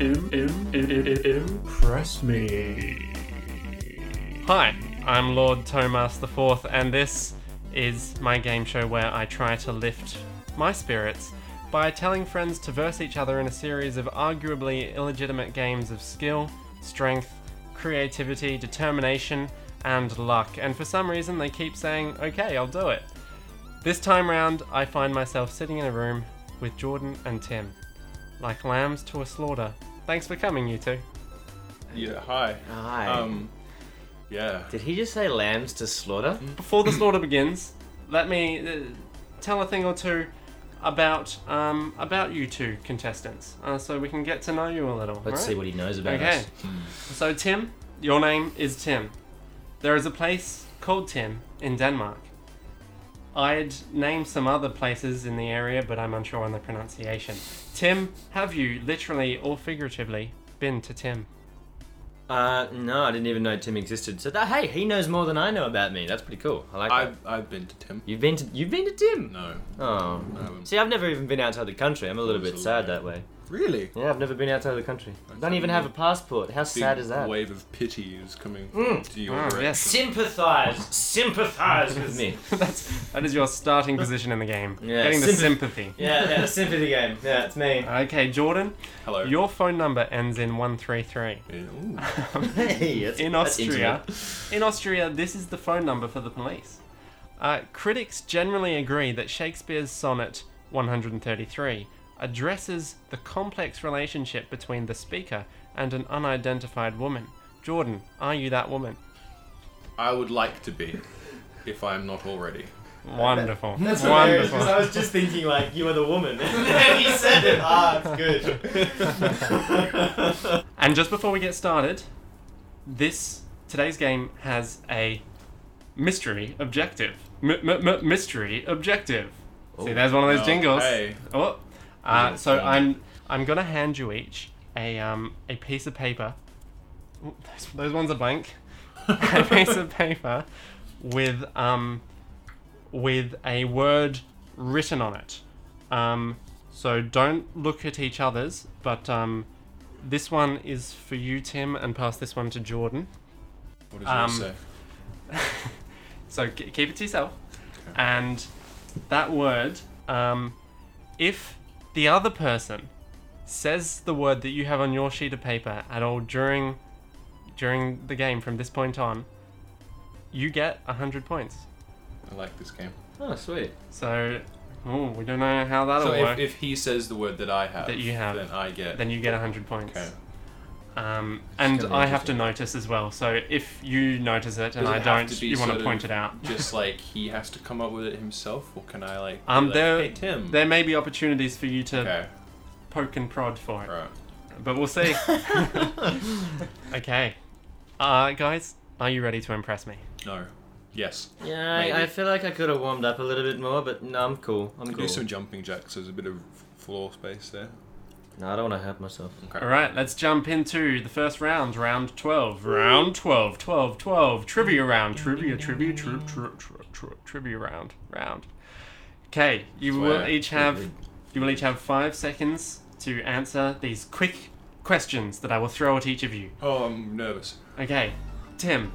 im- im- im- impress me. Hi, I'm Lord Tomas IV, and this is my game show where I try to lift my spirits by telling friends to verse each other in a series of arguably illegitimate games of skill, strength, creativity, determination, and luck. And for some reason, they keep saying, okay, I'll do it. This time round, I find myself sitting in a room with Jordan and Tim, like lambs to a slaughter. Thanks for coming, you two. Yeah, hi. Hi. Um, yeah. Mm. Did he just say lambs to slaughter? before the slaughter begins, let me uh, tell a thing or two about um, about you two contestants, uh, so we can get to know you a little. Let's alright? see what Hmm. he knows about Okay. us. So Tim, your name is Tim. There is a place called Tim in Denmark. I'd name some other places in the area, but I'm unsure on the pronunciation. Tim, have you literally or figuratively been to Tim? Uh, no, I didn't even know Tim existed. So that hey, he knows more than I know about me. That's pretty cool. I like that. I've, I've been to Tim. You've been to you've been to Tim. No. Oh. I haven't. See, I've never even been outside the country. I'm a little bit sad that way. Really? Yeah, I've never been outside the country. I don't see. even have a passport. How sad Big is that? Mm. wave of pity is coming to your Oh, direction. yes. Sympathize, sympathize with me. That's that is your starting position in the game. Yeah, Getting the sympathy. sympathy. Yeah, yeah, sympathy game. Yeah, it's me. Okay, Jordan, Hello. Your phone number ends in 133. Yeah, ooh. Hey, that's- In that's Austria, intimate. in Austria, this is the phone number for the police. Uh, critics generally agree that Shakespeare's sonnet 133 addresses the complex relationship between the speaker and an unidentified woman. Jordan, are you that woman? I would like to be, if I'm not already. Wonderful. That's hilarious because I Wonderful. was just thinking like you are the woman, and then he said it. Ah, it's good. And just before we get started, this today's game has a mystery objective. M- m- m- mystery objective. See, there's one of those Oh, jingles. hey. Oh, uh, Is it so a thing? I'm I'm gonna hand you each a um a piece of paper. Ooh, Those, those ones are blank. a piece of paper with um with a word written on it. Um, so don't look at each other's, but um, this one is for you, Tim, and pass this one to Jordan. What does Um, um, say? So k- keep it to yourself. And that word, um, if the other person says the word that you have on your sheet of paper at all during during the game from this point on, you get hundred points. I like this game. oh, sweet. So, ooh, we don't know how that'll So work. if, if he says the word that I have, That you have. then I get. then you get hundred points. okay. Um, and gonna be I have to notice as well. So if you notice it and Does it I have don't, to be you want sort to of point it out. Just like he has to come up with it himself, or can I like? be Um, like, there- hey Tim. There may be opportunities for you to okay. poke and prod for it, Right. but we'll see. okay, uh, guys, are you ready to impress me? No. Yes. Yeah, Maybe. I, I feel like I could have warmed up a little bit more, but no, I'm cool. I'm Could cool. do some jumping jacks. There's a bit of floor space there. No, I don't want to hurt myself. All right, let's jump into the first round, round twelve, round 12, 12, 12, trivia round, trivia, trivia, tri- tri- tri- tri- trivia round, round. Okay, you will Swear. each have you will each have five seconds to answer these quick questions that I will throw at each of you. Oh, I'm nervous. Okay, Tim,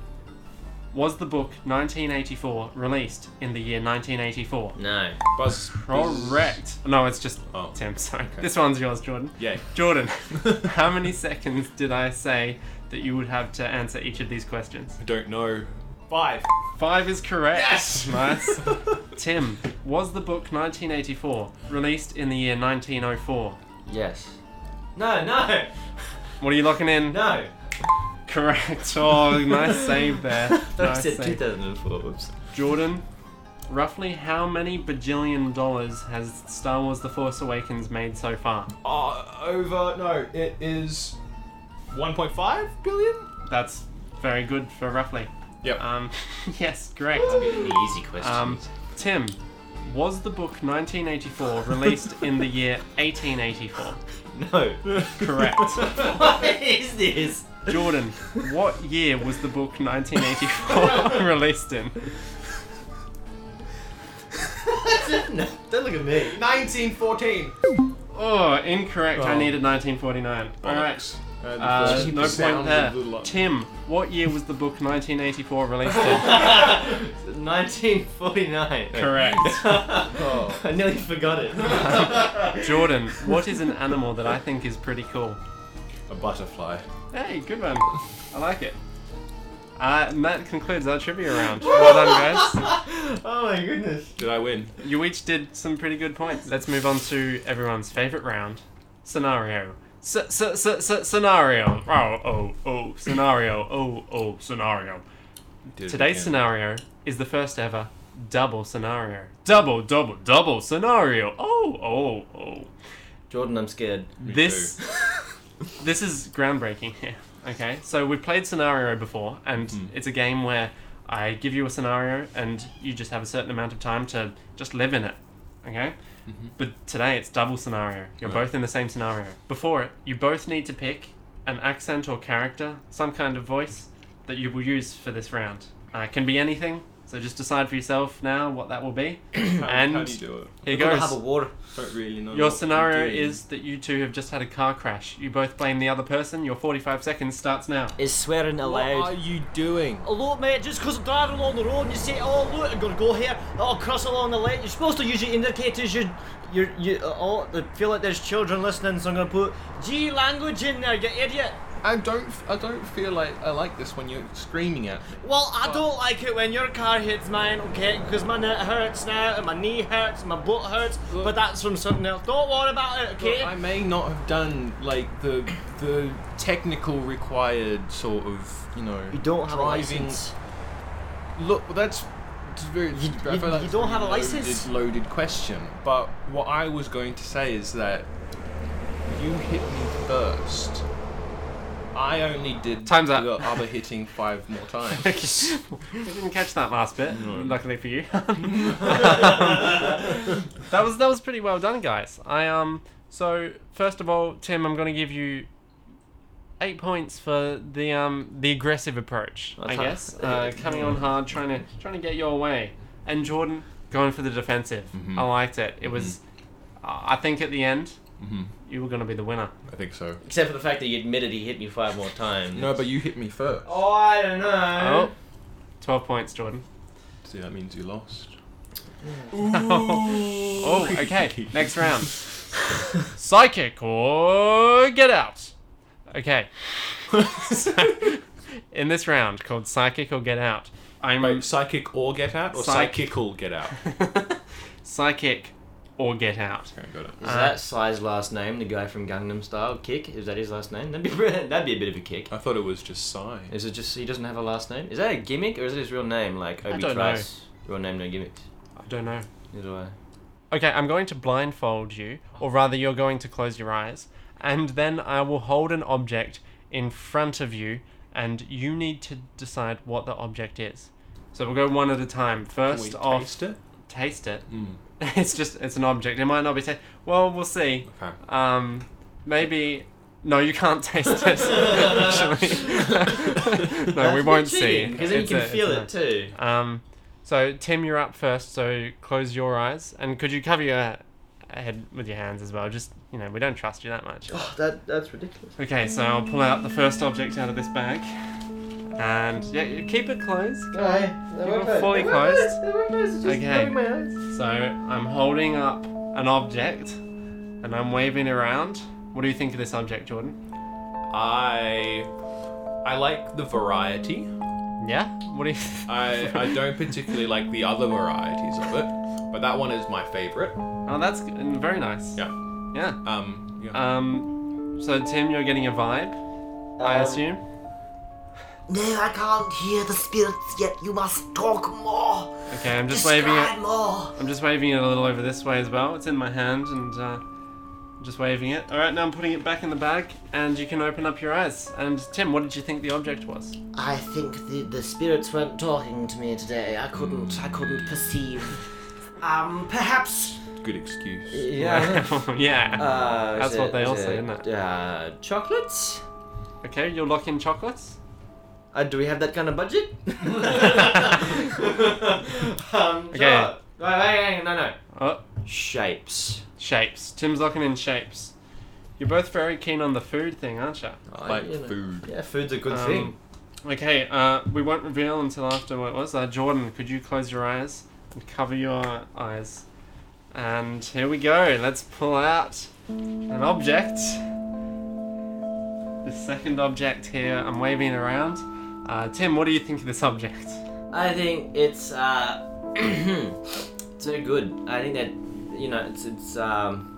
was the book 1984 released in the year 1984? No. Buzz. Correct. No, it's just Oh. Tim. Sorry, this one's yours, Jordan. Yay. Jordan, how many seconds did I say that you would have to answer each of these questions? I don't know. Five. Five is correct. Nice. Tim, was the book 1984 released in the year 1904? Yes. No, no, What are you locking in? no. Correct. Oh, nice save there. I Nice said save. 2004. Whoops. Jordan, roughly how many bajillion dollars has Star Wars The Force Awakens made so far? Uh, over. No, it is. 1.5 billion? That's very good for roughly. Yep. Um, yes, great. The easy questions. Um, Tim, was the book 1984 released in the year 1884? no. Correct. what is this? Jordan, what year was the book 1984 released in? no, don't look at me. 1914. Oh, incorrect. I Oh. needed 1949. All right. Bollocks. Uh, the Uh, first no point sound there. of the lo- Tim, what year was the book 1984 released in? 1949. Correct. I nearly forgot it. Jordan, what is an animal that I think is pretty cool? A butterfly. Hey, good one. I like it. Uh, and that concludes our trivia round. Well done, guys. oh my goodness. Did I win? You each did some pretty good points. Let's move on to everyone's favorite round scenario. S- s- s- s- scenario. Oh, oh, oh. Scenario. Oh, oh. Scenario. Did it Today's again. scenario is the first ever double scenario. Double, double, double scenario. Oh, oh, oh. Jordan, I'm scared. this this is groundbreaking here. Okay, so we've played scenario before, and Hmm. it's a game where I give you a scenario, and you just have a certain amount of time to just live in it. Okay, Mm-hmm. but today it's double scenario. You're Right. both in the same scenario. Before it, you both need to pick an accent or character, some kind of voice that you will use for this round. Uh, it can be anything. So just decide for yourself now what that will be. How, and how do you do it? here Gotta goes. have a water. Don't really know. Your what to scenario do. is that you two have just had a car crash. You both blame the other person. Your 45 seconds starts now. Is swearing What are you doing? Oh, look, mate, just 'cause I'm driving along the road and you say, oh, look, I'm gonna go here, oh, cross along the lane, you're supposed to use your indicators, you, you, you, uh, oh, I feel like there's children listening, so I'm gonna put G language in there, you idiot. I don't. f- I don't feel like I like this when you're screaming at me. Well, I don't like it when your car hits mine, okay? Because my neck hurts now, and my knee hurts, and my butt hurts, Look- but that's from something else. Don't worry about it, okay? Look, I may not have done like the the technical required sort of you know. you don't have a driving- license. Look, well, that's it's very. You- I you- feel like you it's don't a have a loaded- license? Loaded question, but what I was going to say is that you hit me first. I only did Time's up. the other hitting five more times. we didn't catch that last bit, luckily for you. that was that was pretty well done, guys. I um so first of all, Tim, I'm gonna give you eight points for the um the aggressive approach, I That's hard. guess. Uh, coming on hard, trying to trying to get your way. And Jordan going for the defensive. Mm-hmm. I liked it. It was, I I think at the end, you were gonna be the winner. Mm-hmm. I think so. Except for the fact that you admitted he hit me five more times. No, but you hit me first. Oh, I don't know. Oh, 12 points, Jordan. See, that means you lost. Oh, okay. Next round. Psychic or get out. Okay. So, in this round called Psychic or Get Out, I'm psychic or get out, or Psych- psychical get out. Psychic or Get Out. okay, got it. Is that Psy's last name, the guy from Gangnam Style? Kick? Is that his last name? That'd be that'd be a bit of a kick. I thought it was just Psy. Is it just he doesn't have a last name? Is that a gimmick or is it his real name? Like Obi don't know. Trice, real name no gimmicks. I don't know. Either way. Okay, I'm going to blindfold you, or rather, you're going to close your eyes, and then I will hold an object in front of you, and you need to decide what the object is. So we'll go one at a time. Can we First off, taste it? taste it. Hmm. It's just it's an object. It might not be taste. Well, we'll see. Okay. Um, maybe. No, you can't taste it. actually. no, we won't see. Because then you It's can a- feel it's it too. a- Um, so Tim, you're up first. So close your eyes, and could you cover your head with your hands as well? Just you know, we don't trust you that much. that that's ridiculous. Okay, so I'll pull out the first object out of this bag, and yeah, you keep it closed. Keep it fully closed. Okay. So I'm holding up an object and I'm waving around. What do you think of this object, Jordan? I I like the variety. Yeah? What do you I I don't particularly like the other varieties of it, but that one is my favorite. Oh that's g- mm, very nice. Yeah. Yeah. Um. Uh. Yeah. Um so Tim, you're getting a vibe, Um, I assume. No, I can't hear the spirits yet. You must talk more. Okay, I'm just waving Describe it more. I'm just waving it a little over this way as well. It's in my hand and uh I'm just waving it. Alright, now I'm putting it back in the bag and you can open up your eyes. And Tim, what did you think the object was? I think the, the spirits weren't talking to me today. I couldn't. I couldn't perceive. Um, perhaps. Good excuse. Yeah. yeah. Uh, is That's what it- they all is say, it, isn't Uh, chocolates? Okay, you'll lock in chocolates? Uh, do we have that kind of budget? um, Okay. okay. Wait, wait, wait, no, no. Oh, Shapes. Shapes. Tim's locking in shapes. You're both very keen on the food thing, aren't you? I like you know. food. Oh, Yeah, food's a good Um, thing. Okay, uh, we won't reveal until after what it was. Uh, Jordan, could you close your eyes and cover your eyes? And here we go. Let's pull out an object. The second object here, I'm waving it around. Uh, Tim, what do you think of this object? I think it's uh, it's very good. I think that you know it's it's um,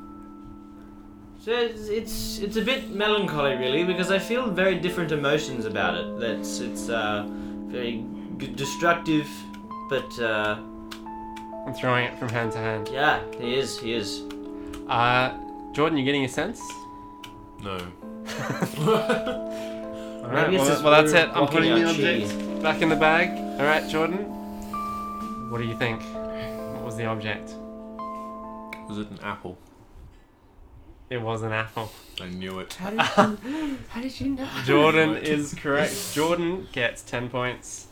so it's, it's it's a bit melancholy really because I feel very different emotions about it. That's it's uh, very g- destructive, but uh, I'm throwing it from hand to hand. yeah, he is he is. Uh, Jordan, you getting a sense? No. All right, Maybe it's well, just well, that's we're it. I'm blocking putting the out object cheese. back in the bag. All right, Jordan, what do you think? What was the object? Was it an apple? It was an apple. I knew it. Jordan is correct. Jordan gets ten points.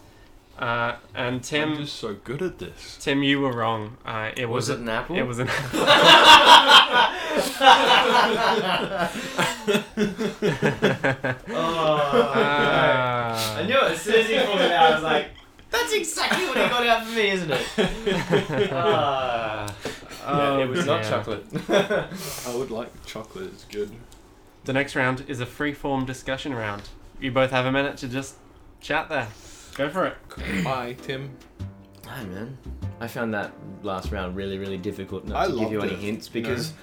Uh, and I'm Tim, just so good at this. Tim, you were wrong. Uh, it was, Was it an apple? It was an apple. I Uh, knew it. Oh. As soon as he pulled it out, I was like, That's exactly what he got out for me, isn't it? ah. oh, it was not dear. chocolate. I would like chocolate. It's good. The next round is a free-form discussion round. You both have a minute to just chat there. Go for it. Hi, Tim. Hi man, I found that last round really really difficult not I to give you loved any it, hints you know? because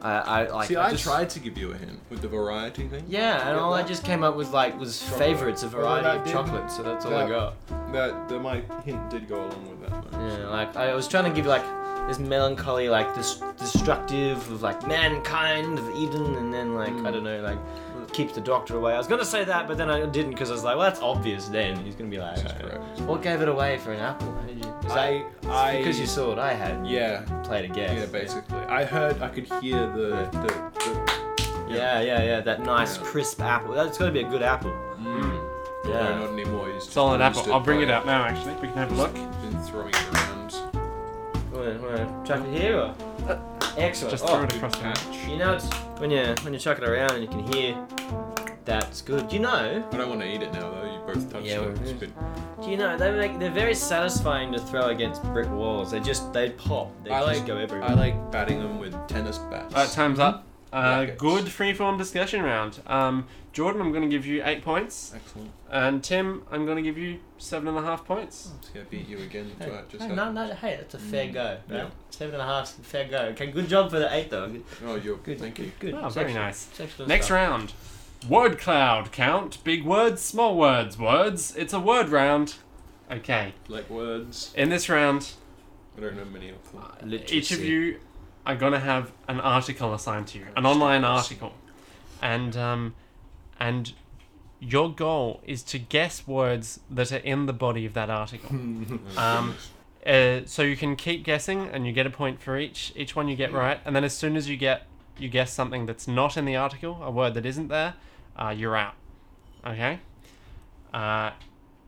I I like See, I, just- tried to give you a hint with the variety thing. Yeah, and all I just came up with like was favorites, a variety that of did- chocolate, so that's all I that- got. That, that my hint did go along with that. though. Yeah, like I was trying to give like this melancholy, like this destructive of like mankind of Eden, and then like I don't know, like keep the doctor away. I was gonna say that, but then I didn't because I was like, well, that's obvious. Then he's gonna be like, This is "Uh, correct. what gave it away for an apple? How did you? Is I, that- I, because you saw what I had. You yeah, played a guess. yeah, basically. I heard, I could hear the, the, the Yeah, yeah, yeah. That nice crisp apple. That's gotta be a good apple. no, Mm. Yeah. not anymore. He's just Solid used apple. I'll bring by- it out now. Actually, we can have a look. Been throwing it around. Wanna- wanna Chuck it here or? Excellent. Just Oh, throw it Good across the room. catch. You know, it's when you when you chuck it around and you can hear. That's good. You know, I don't want to eat it now though. You both touched Yeah, it. we're- It's good. do you know they make they're very satisfying to throw against brick walls. They just they pop. They I just like, go everywhere. I like batting them with tennis bats. Alright, time's up. Mm-hmm. Uh, Brackets. good freeform discussion round. Um, Jordan, I'm going to give you eight points, Excellent. and Tim, I'm going to give you seven and a half points. Oh, It's gonna beat you again. That's Hey, what just no, no, happened. no, hey, that's a fair go. right? Yeah. Seven and a half, fair go. Okay, good job for the eight though. Oh, you're Good, thank good, you. good. Oh, It's very excellent. nice. It's excellent Next stuff. round. Word cloud. Count big words, small words, words. It's a word round. Okay. Like words. In this round, I don't know many of them. Ah, each of Literacy. you are going to have an article assigned to you, an online article, and um, and your goal is to guess words that are in the body of that article. um, uh, so you can keep guessing, and you get a point for each each one you get right, and then as soon as you get you guess something that's not in the article, a word that isn't there, uh, you're out. Okay. Uh,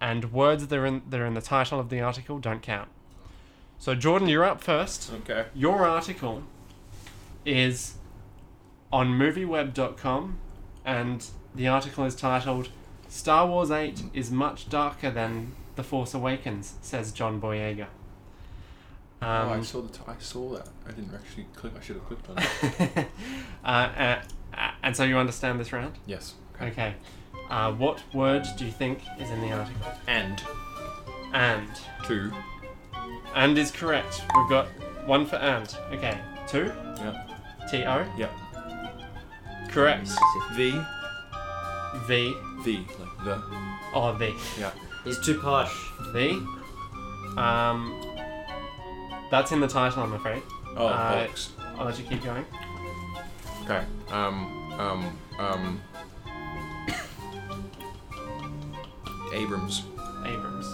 and words that are in that are in the title of the article don't count. So Jordan, you're up first. Okay. Your article is on movieweb.com, and the article is titled Star Wars 8 is much darker than The Force Awakens, says John Boyega. oh, I Um, saw the. T- I saw that. I didn't actually click. I should have clicked on it. uh, uh, uh, and so you understand this round? yes. Okay. Uh, what word do you think is in the article? And And. two. And is correct. We've got one for and. Okay. Two? Yeah. T O? Yeah. Correct. V. V. V. Like the. Or the. Yeah. He's too posh. The. Um, that's in the title, I'm afraid. Oh, Uh, bollocks. I'll let you keep going. Okay. Um. Um. Um. Abrams. Abrams.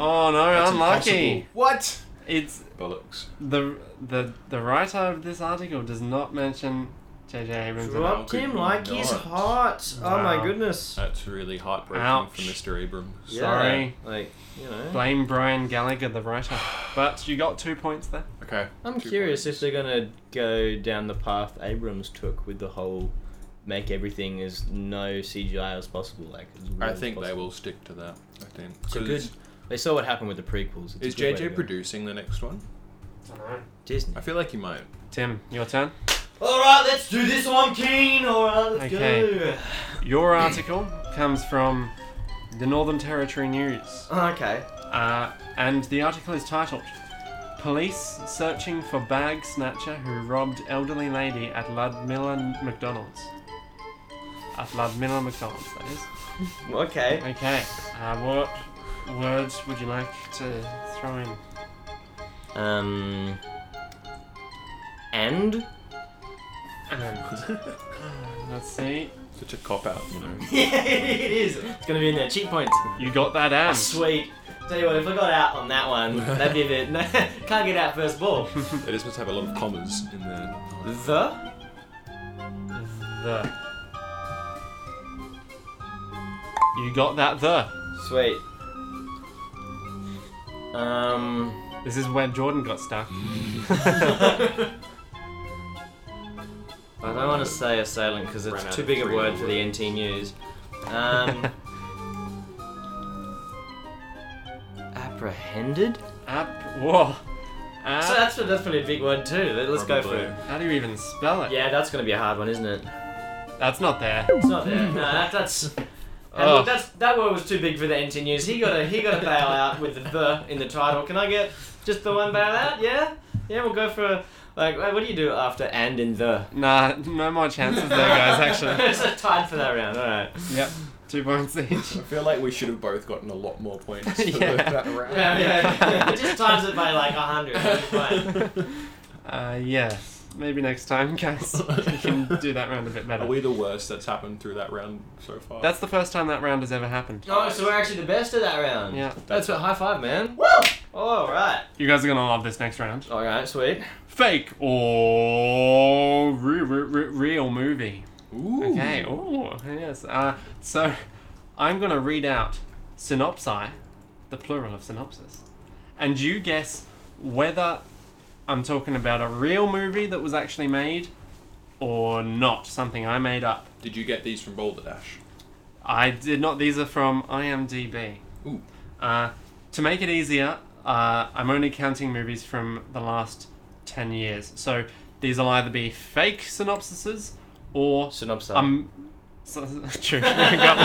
Oh no, unlucky. What? It's Bollocks. the the the writer of this article does not mention J.J. Abrams. at all. Dropped could him you like he's not? hot. Oh Wow. my goodness. That's really heartbreaking Ouch. for Mr. Abrams. Yeah, Sorry. Like you know. Blame Brian Gallagher, the writer. But you got two points there. Okay. I'm two curious points. if they're gonna go down the path Abrams took with the whole make everything as no CGI as possible. Like as real I as think they possible. will stick to that. I think. It's a 'Cause good. They saw what happened with the prequels. It's Is a good way to JJ go. producing the next one? Dunno. Disney? I feel like he might. Tim, your turn. Alright, let's do this one, Keen! Alright, let's Okay. Your article comes from the Northern Territory News. go! Okay. Uh, and the article is titled Police Searching for Bag Snatcher Who Robbed Elderly Lady at Ludmilla McDonald's. At Ludmilla McDonald's, that is. Okay. Okay, uh, what words would you like to throw in? Um. And? And, let's see. Such a cop out, you know. Yeah, it is! It's gonna be in there. Cheat points. You got that and. Sweet. Tell you what, if I got out on that one, that'd be a bit. can't get out first ball. They just must have a lot of commas in there. The? The. You got that the. Sweet. Um. This is where Jordan got stuck. I don't want to say assailant because Ran out it's too of big a three word for the NT News. Um. apprehended? App. Whoa. App. So that's, that's probably a big word too. Let- Let's go for Probably. it. How do you even spell it? Yeah, that's going to be a hard one, isn't it? That's not there. It's not there. No, that, that's. And Ugh. look, that's, that word was too big for the NT News. He got a he got a bail out with the the in the title. Can I get just the one bail out? Yeah, yeah. We'll go for a, like what do you do after and in the? Nah, no more chances there, guys, actually. it's a tied for that round. All right. yep. Two points each. I feel like we should have both gotten a lot more points for Yeah. that round. Yeah, yeah, yeah. just times it by like hundred. Fine. Uh, yeah. Maybe next time, guys. We can do that round a bit Are better. we the worst that's happened through that round so far? That's the first time that round has ever happened. Oh, so we're actually the best at that round. Yeah. That's a high five, man. Woo! All right. You guys are gonna love this next round. All right. Sweet. Fake or re- re- re- real movie. Ooh. Okay. Oh, yes. Uh, so I'm going to read out synopsi, the plural of synopsis, and you guess whether I'm talking about a real movie that was actually made or not, something I made up. Did you get these from Boulder Dash? I did not. These are from IMDb. Ooh. Uh, to make it easier, uh, I'm only counting movies from the last 10 years. So these will either be fake synopsises or Synopsis. um, so, true. you got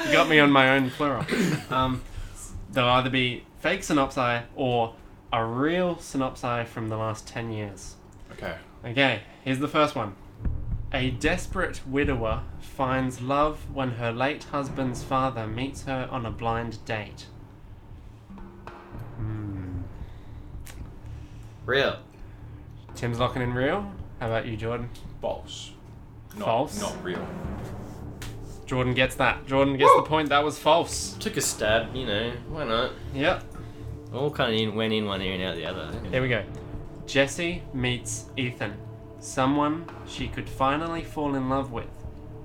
me, you got me on my own plural. Um, they'll either be fake synopsi or a real synopsi from the last 10 years. Okay. Okay, here's the first one. A desperate widower finds love when her late husband's father meets her on a blind date. Hmm. Real. Tim's locking in real. How about you, Jordan? False. Not, False? Not real. Jordan gets that. Jordan gets the point. That was false. Took a stab. You know. Why not? Yep. All kind of in, went in one ear and out the other. Here we go. Jessie meets Ethan, someone she could finally fall in love with.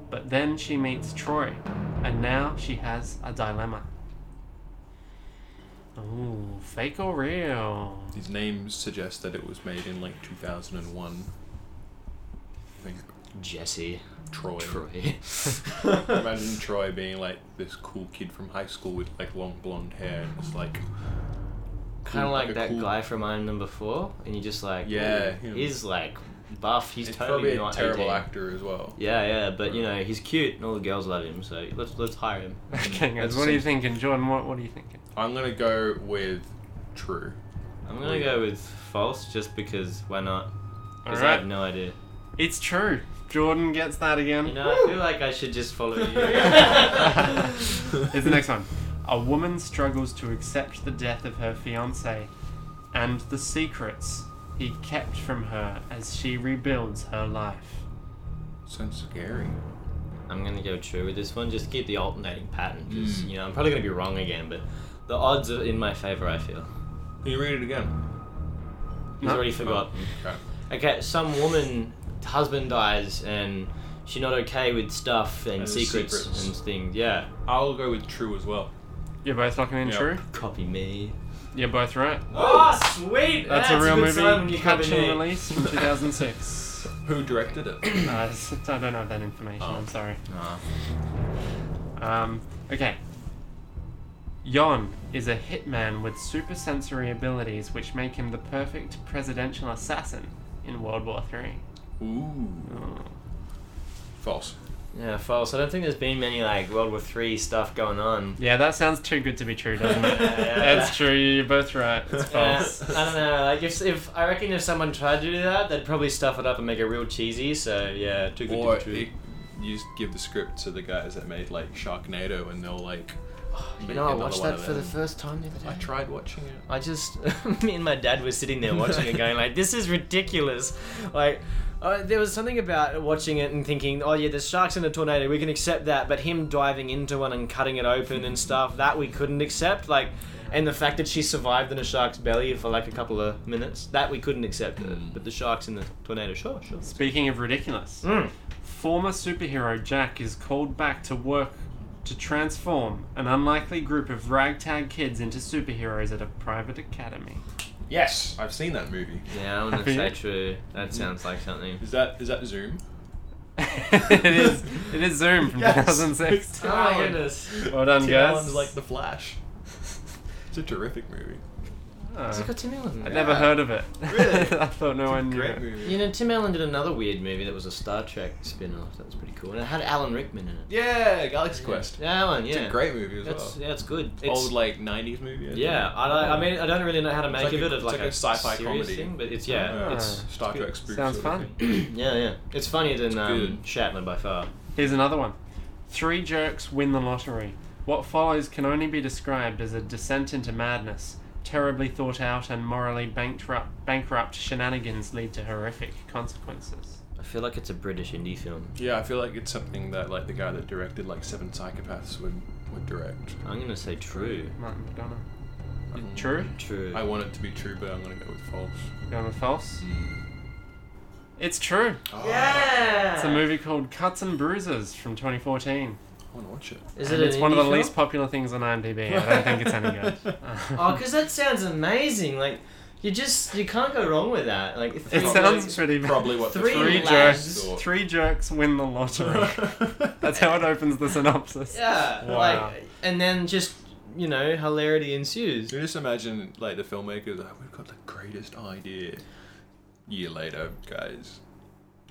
But then she meets Troy, and now she has a dilemma. Ooh, fake or real? These names suggest that it was made in like 2001. I think Jesse. Troy. Troy. Imagine Troy being like this cool kid from high school with like long blonde hair and it's like. kind of cool- like a that cool- guy from Iron Number Four, and you just like, Yeah, ooh, him. he's like buff. He's He's totally probably a not terrible 18. actor as well. Yeah, yeah, but you know he's cute, and all the girls love him. So let's let's hire him. Okay, guys, Let's what are you see. thinking? Jordan, what, what are you thinking? I'm gonna go with true. I'm gonna go with false, just because why not? Because I Alright. have no idea. It's true. Jordan gets that again. You know, I feel like I should just follow you. Here's the next one. A woman struggles to accept the death of her fiance and the secrets he kept from her as she rebuilds her life. Sounds scary. I'm gonna go true with this one. Just keep the alternating pattern, because Mm. you know I'm probably gonna be wrong again, but the odds are in my favor. I feel. Can you read it again? He's No. already forgotten. Okay. Okay, some woman husband dies and she not okay with stuff and, And secrets, secrets. and things. Yeah, I'll go with true as well. You're both locking in Yeah. true? copy me. You're both right. Oh, sweet! That's, a real good movie. sign when you Catch copy and me. release from 2006. Who directed it? Uh, s- I don't have that information. Oh. I'm sorry. Ah. Um, okay. Yon is a hitman with supersensory abilities, which make him the perfect presidential assassin in World War Three. Ooh. Oh. False. Yeah, false. I don't think there's been many like World War Three stuff going on. Yeah, that sounds too good to be true, doesn't it? Yeah. That's true. You're both right. It's Yeah, false. I don't know. Like if, if I reckon if someone tried to do that, they'd probably stuff it up and make it real cheesy. So yeah, too good Or to be true. it, you just give the script to the guys that made like Sharknado, and they'll like. Oh, You make know, I another watched one that of for the them. first time the other day. I tried watching it. I just, me and my dad were sitting there watching it, going like, "This is ridiculous." Like, uh, there was something about watching it and thinking, "Oh yeah, there's sharks in a tornado. We can accept that." But him diving into one and cutting it open and stuff that we couldn't accept. Like, and the fact that she survived in a shark's belly for like a couple of minutes that we couldn't accept. Uh, but the sharks in the tornado, sure, sure. Speaking of ridiculous, Hmm. Mm. former superhero Jack is called back to work to transform an unlikely group of ragtag kids into superheroes at a private academy. Yes, I've seen that movie. Yeah, I want Happy? to say true. That sounds like something. Is that is that Zoom? it is it is Zoom from Yes. 2006. Oh my goodness! Well done, Tim guys. Allen's like the Flash. it's a terrific movie. Has Oh, it got Tim Allen? in I'd it? never heard of it. Really? I thought no one knew. Great it. movie. You know, Tim Allen did another weird movie that was a Star Trek spin-off. That was pretty cool, and it had Alan Rickman in it. Yeah, Galaxy Quest. Yeah, that one, yeah. It's a great movie as That's well. yeah, it's good. It's, uh, Old like '90s movie. I think. yeah, I, don't- I mean, I don't really know how to make like of a- it's it. Of like, like a, a sci-fi serious comedy. thing, but it's yeah, Ah. it's Star it's Trek good. spoof. Sounds sort of fun. thing. yeah, yeah. It's funnier than um, good. Shatner by far. Here's another one. Three jerks win the lottery. What follows can only be described as a descent into madness. Terribly thought out and morally bankrupt, bankrupt shenanigans lead to horrific consequences. I feel like it's a British indie film. Yeah, I feel like it's something that like the guy that directed like Seven Psychopaths would would direct. Um, I'm gonna say true. Martin McDonough. True? True. I want it to be true, but I'm gonna go with false. Going with false? Hmm. It's true. Ah, yeah. It's a movie called Cuts and Bruises from 2014. I want to watch it. Is And it it's an one of the indie film? least popular things on IMDb. I don't think it's any good. Oh, because that sounds amazing. Like you just you can't go wrong with that. Like it three- sounds pretty bad. Probably what Three the Three lads. jerks, three jerks win the lottery. thought. That's how it opens the synopsis. Yeah. Wow. Like, and then just you know hilarity ensues. You just imagine like the filmmakers like we've got the greatest idea. Year later, guys,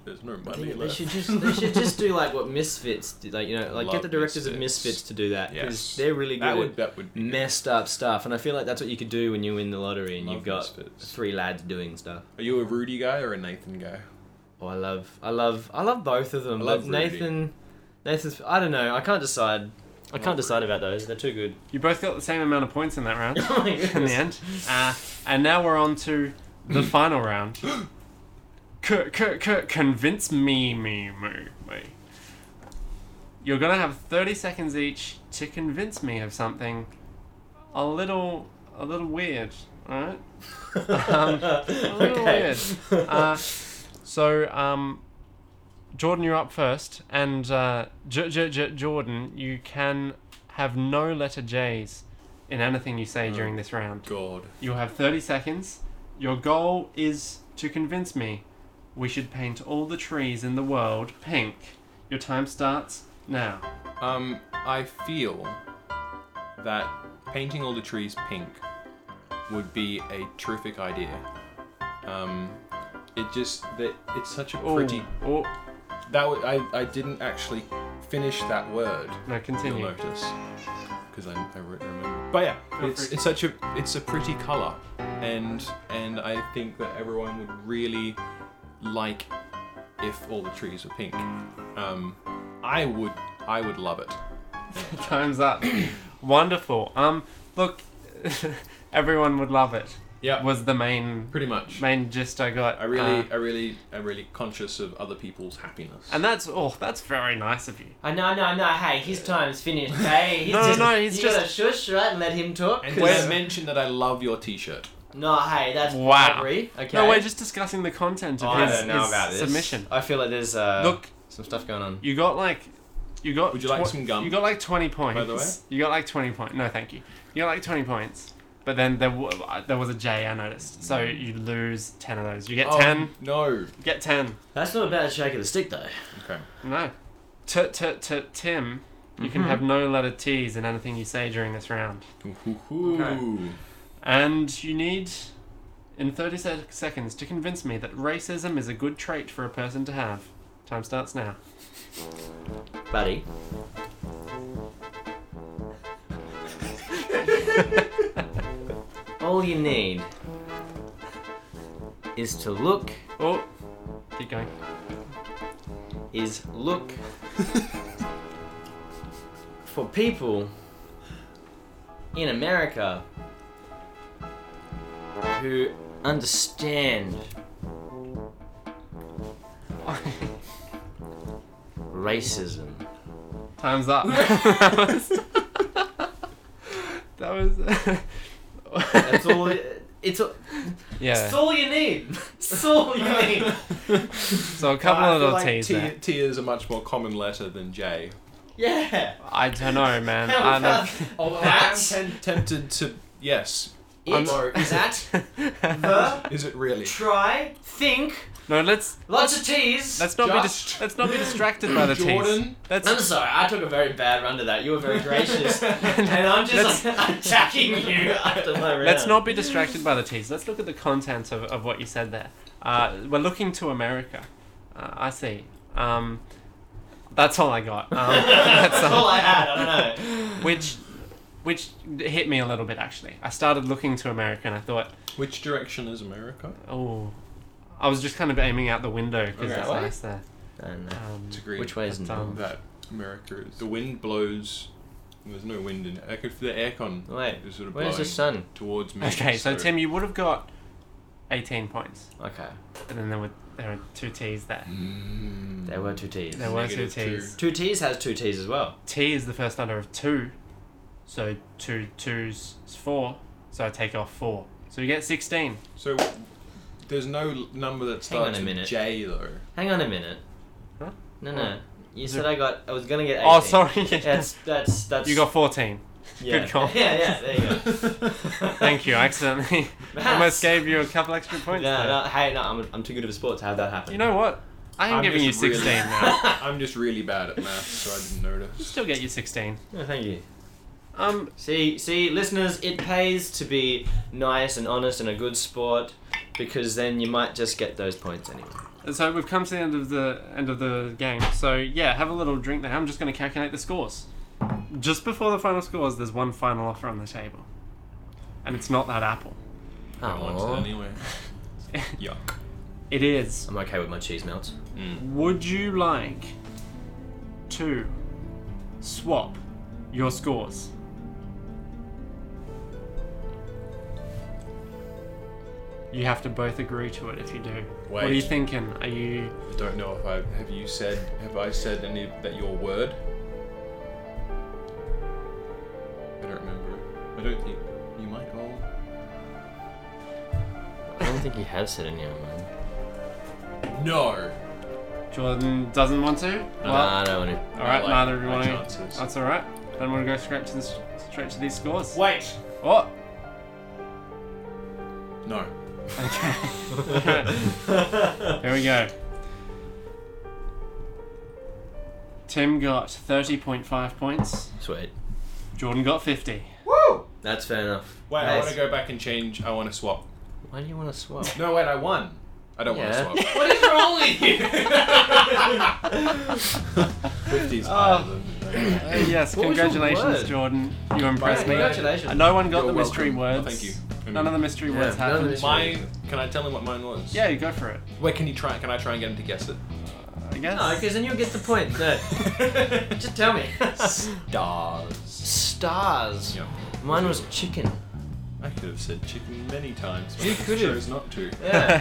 there's no money They, they left. should just they should just do like what Misfits did, like you know like get Love the directors of Misfits. Misfits to do that because Yes. they're really good that would at that would be good. messed up stuff, and I feel like that's what you could do when you win the lottery and Love you've got Misfits. three lads doing stuff. Are you a Rudy guy or a Nathan guy? Oh, I love I love I love both of them. I but love Rudy. Nathan, Nathan's I don't know I can't decide. I can't decide about those. They're too good. You both got the same amount of points in that round. Oh my in the goodness. end. Uh, and now we're on to the final round. C- c- c- convince me, me, me, me. You're gonna have thirty seconds each to convince me of something a little, a little weird. All right. Um, Oh, a little weird. Uh, so, um, Jordan, you're up first, and uh, J- J- J- Jordan, you can have no letter J's in anything you say during this round. God. You have 30 seconds. Your goal is to convince me we should paint all the trees in the world pink. Your time starts now. Um, I feel that painting all the trees pink would be a terrific idea. Um, it just that it's such a pretty. Oh, That would, I I didn't actually finish that word. no, You'll continue. notice because I, I wrote remember. But yeah, it's free. it's such a it's a pretty color, and and I think that everyone would really like if all the trees were pink. Um, I would I would love it. Time's up. Wonderful. Um, look, everyone would love it. Yeah. Was the main Pretty much. main gist I got. I really, Uh, Ah. I really, I'm really conscious of other people's happiness. and that's oh, that's very nice of you. I know, no, no. Hey, his time's finished. Hey, he's No, no, just, no, he's you just- gotta shush, right? And let him talk. and 'cause- did I mention that I love your T-shirt? no, hey, that's Wow. bribery. Okay. No, we're just discussing the content Oh, of Oh, I his, don't know his about this. submission. I feel like there's uh, Look, some stuff going on. you got like, you got. Would you like some gum, You got like twenty points. the way? you got like twenty points. No, thank you. You got like twenty points. But then there, w- uh, there was a J I noticed. So you lose 10 of those. You get Oh. 10. No. Get 10. That's not a bad shake of the stick, though. Okay. No. T t t Tim, you can have no letter T's in anything you say during this round. Ooh. And you need, in 30 sec- seconds, to convince me that racism is a good trait for a person to have. Time starts now. Buddy. All you need is to look, Oh, keep going. is look for people in America who understand racism. Time's up. that was. That was That's all. It, it's all, yeah. It's all you need. It's all you need. So a couple of I feel little like T's there. T, T is a much more common letter than J. Yeah. Oh, I don't know, man. I don't- Although That's- I am ten- tempted to yes. It, Or is that the Is it really? try think no, let's lots of teas. let's not be dis- Just- let's not be distracted by the T's. Jordan. That's I'm sorry, I took a very bad run to that. You were very gracious, and I'm just like, attacking you after my round. Let's not be distracted by the tease. Let's look at the content of, of what you said there. Uh, we're looking to America. Uh, I see. Um, that's all I got. Um, That's that's all all. I had. I don't know. Which, which hit me a little bit actually. I started looking to America and I thought, Which direction is America? oh, I was just kind of aiming out the window because Okay. it's What? nice there. I don't know. Um, It's agreed. Which way is That's, north? um, That America is. The wind blows. There's no wind in. I could, the aircon Wait, is sort of blowing where's the sun? towards me. okay, so Tim, you would have got eighteen points, Okay, and then there were there were two T's there. Mm. there were two T's. There were two Negative two. T's. Two T's has two T's as well. T is the first letter of two, so two twos is four, so I take off four. So you get 16. So there's no l- number that Hang on starts a with minute. J though. Hang on a minute. Huh? No, no. You Is said there- I got. I was gonna get. 18. Oh, sorry. That's that's that's. you got 14. yeah. good call. Yeah, yeah. There you go. Thank you. I accidentally almost Maths. gave you a couple extra points. there. No, no, hey, no, I'm, I'm too good of a sport to have that happen. You know what? I am I'm giving you just 16 really- now. I'm just really bad at math, so I You didn't notice. still get your 16. No, thank you. Um, See, see, listeners, it pays to be nice and honest and a good sport because then you might just get those points anyway. so we've come to the end of the end of the game. So yeah, have a little drink there. I'm just going to calculate the scores. Just before the final scores, there's one final offer on the table, and it's not that apple. I want it anyway. Yuck. It is I'm okay with my cheese melts. Would you like to swap your scores? You have to both agree to it if you do. What are Wait. you thinking? Are you. I don't know if I have you said have I said any that your word? I don't remember. I don't think you might all. I don't think you have said any of mine. No. Jordan doesn't want to? No, I don't want to. alright, I like neither Uh, of you my want to. chances. That's alright. Then we're going to go straight to, this, straight to these scores. Wait. What? No. Oh. Here we go. Tim got 30.5 points. Sweet. Jordan got 50. Woo! That's fair enough. Wait, I Nice. want to go back and change. I want to swap. Why do you want to swap? No, wait, I won. I don't Yeah. want to swap. what is wrong with you? 50's higher than. Uh, yes, What was your congratulations, word? Jordan. You impressed Right, me. congratulations. Oh, Uh, No one got You're the mystery welcome. words. Thank you. None of the mystery Yeah, words none of happened. the mystery- Mine. Can I tell him what mine was? yeah, you go for it. Wait, can you try? Can I try and get him to guess it? I guess. no, because then you'll get the point. No. Just tell me. Stars. Stars. Yeah. Mine was chicken. I could have said chicken many times, but You I could have. chose not to. Yeah.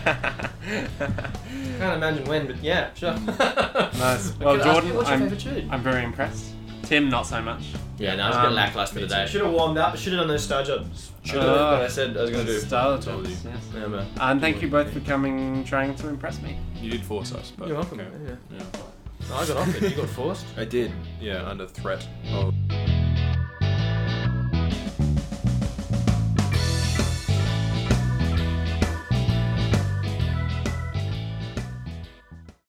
Can't imagine when, but yeah, sure. nice. Well, Can I ask Jordan, you what's your I'm, favourite tune? I'm very impressed. Tim, not so much. Yeah, no, I was a Um, bit lackluster today. Should have warmed up. Should have done those star jobs. Should have Uh, what I said I was gonna do. Star Told you. Jobs, yes. Yeah, man. And thank you both for coming, trying to impress me. You did force us, but You're welcome. okay. Yeah. Yeah. No, I got offered. You got forced. I did. Yeah, under threat. of